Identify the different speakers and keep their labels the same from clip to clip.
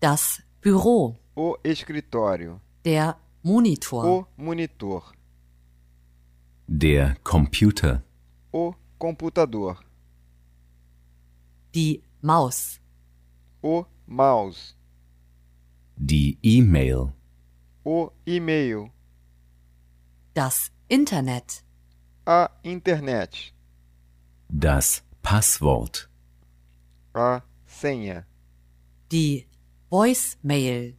Speaker 1: das Büro,
Speaker 2: o escritório,
Speaker 1: der Monitor,
Speaker 2: o monitor,
Speaker 3: der Computer,
Speaker 2: o computador,
Speaker 1: die Maus,
Speaker 2: o mouse,
Speaker 3: die E-Mail,
Speaker 2: o e-mail,
Speaker 1: das Internet,
Speaker 2: a internet,
Speaker 3: das Passwort,
Speaker 2: a senha,
Speaker 1: die Voicemail,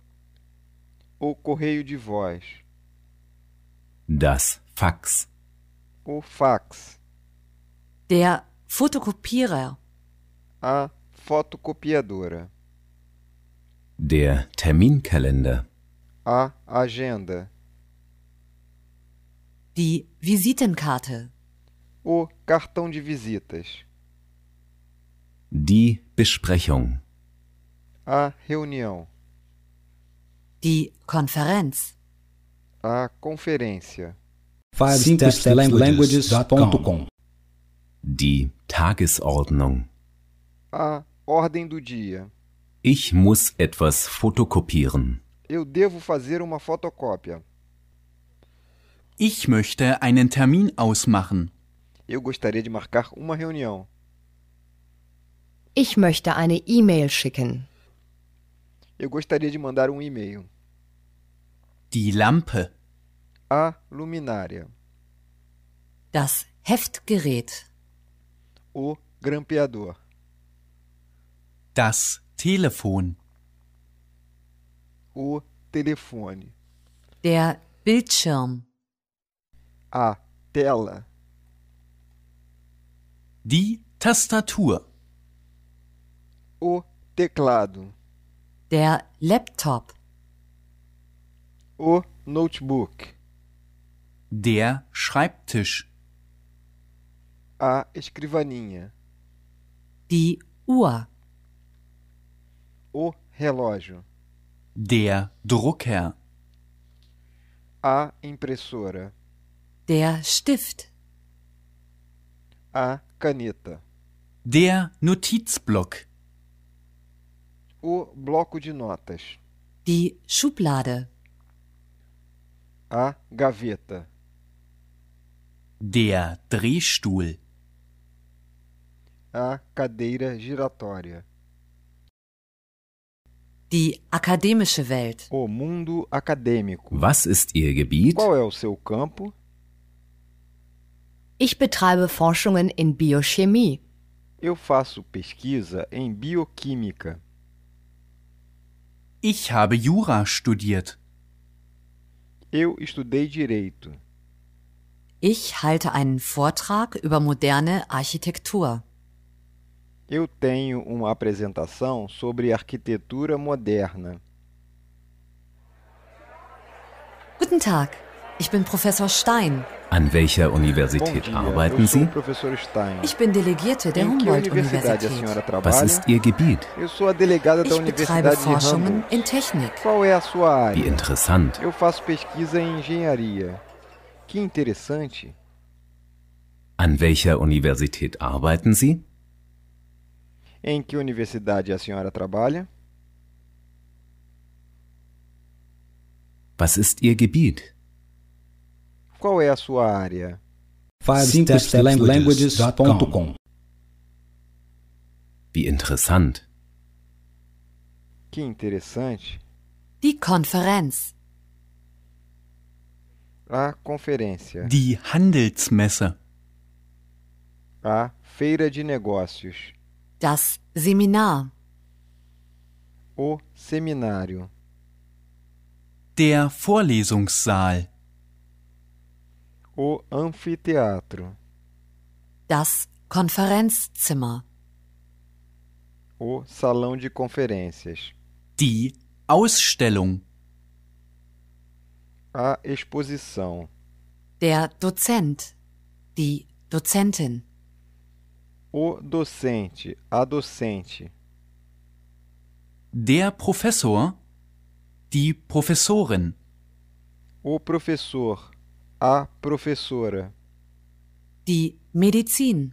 Speaker 2: o correio de voz,
Speaker 3: das Fax,
Speaker 2: o fax,
Speaker 1: der Fotokopierer,
Speaker 2: a fotocopiadora,
Speaker 3: der Terminkalender,
Speaker 2: a agenda,
Speaker 1: die Visitenkarte,
Speaker 2: o cartão de visitas,
Speaker 3: die Besprechung,
Speaker 2: a reunião,
Speaker 1: die Konferenz,
Speaker 2: a conferência,
Speaker 4: 5stepslanguages.com
Speaker 3: die Tagesordnung.
Speaker 2: a ordem do dia.
Speaker 3: Ich muss etwas fotokopieren.
Speaker 2: Eu devo fazer uma fotocópia.
Speaker 5: Ich möchte einen Termin ausmachen.
Speaker 2: Eu gostaria de marcar uma reunião.
Speaker 6: Ich möchte eine E-Mail schicken.
Speaker 2: Eu gostaria de mandar um e-mail.
Speaker 5: Die Lampe.
Speaker 2: A luminária,
Speaker 1: das Heftgerät,
Speaker 2: o grampeador,
Speaker 5: Das Telefon.
Speaker 2: o telefone,
Speaker 1: der Bildschirm,
Speaker 2: a tela,
Speaker 5: Die Tastatur.
Speaker 2: o teclado,
Speaker 1: der Laptop,
Speaker 2: o notebook,
Speaker 5: Der Schreibtisch.
Speaker 2: a escrivaninha,
Speaker 1: die Uhr,
Speaker 2: o relógio,
Speaker 5: Der Drucker.
Speaker 2: a impressora,
Speaker 1: der Stift,
Speaker 2: a caneta,
Speaker 5: Der Notizblock.
Speaker 2: o bloco de notas,
Speaker 1: die Schublade,
Speaker 2: a gaveta,
Speaker 5: Der Drehstuhl.
Speaker 2: a cadeira giratória,
Speaker 1: die akademische Welt,
Speaker 2: o mundo acadêmico.
Speaker 3: Was ist Ihr Gebiet?
Speaker 2: Qual é o seu campo?
Speaker 6: Ich betreibe Forschungen in Biochemie.
Speaker 2: Eu faço pesquisa em bioquímica.
Speaker 5: Ich habe Jura studiert.
Speaker 2: Eu estudei direito.
Speaker 1: ich halte einen Vortrag über moderne Architektur,
Speaker 2: Eu tenho uma apresentação sobre arquitetura moderna.
Speaker 1: Guten Tag, ich bin Professor Stein.
Speaker 3: An welcher
Speaker 2: Bom
Speaker 3: Universität
Speaker 2: dia,
Speaker 3: arbeiten
Speaker 2: eu sou
Speaker 3: Sie?
Speaker 2: o professor Stein.
Speaker 1: Ich bin Delegierte der
Speaker 2: Em que universidade a
Speaker 1: Humboldt-Universität.
Speaker 2: senhora
Speaker 3: Was
Speaker 2: trabalha?
Speaker 3: ist Ihr Gebiet?
Speaker 2: Eu sou a delegada da
Speaker 1: Ich betreibe
Speaker 2: Universidade de
Speaker 1: Forschungen
Speaker 2: Hamburg.
Speaker 1: in Technik.
Speaker 2: Qual é a sua
Speaker 3: Wie
Speaker 2: área?
Speaker 3: interessant.
Speaker 2: Eu faço pesquisa em engenharia. Que interessante.
Speaker 3: An welcher Universität arbeiten Sie?
Speaker 2: Em que universidade a senhora trabalha?
Speaker 3: Was ist Ihr Gebiet?
Speaker 2: Qual é a sua área?
Speaker 4: 5stepslanguages.com
Speaker 3: Wie interessant.
Speaker 2: Que interessante.
Speaker 1: Die Konferenz,
Speaker 2: A conferência.
Speaker 5: Die Handelsmesse.
Speaker 2: A feira de negócios.
Speaker 1: das Seminar,
Speaker 2: O seminário.
Speaker 5: Der Vorlesungssaal.
Speaker 2: O anfiteatro.
Speaker 1: das Konferenzzimmer,
Speaker 2: O salão de conferências.
Speaker 5: Die Ausstellung.
Speaker 2: A exposição.
Speaker 1: der Dozent, die Dozentin,
Speaker 2: O docente. A docente.
Speaker 5: Der Professor. Die Professorin.
Speaker 2: O professor. A professora.
Speaker 1: die Medizin,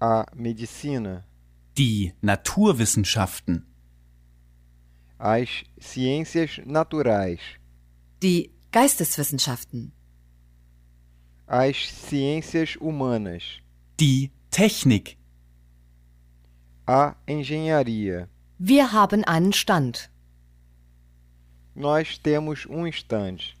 Speaker 2: A medicina.
Speaker 5: Die Naturwissenschaften.
Speaker 2: as ciências naturais,
Speaker 1: die Geisteswissenschaften,
Speaker 2: as ciências humanas,
Speaker 5: die Technik,
Speaker 2: a engenharia.
Speaker 6: Wir haben einen Stand.
Speaker 2: Nós temos um stand.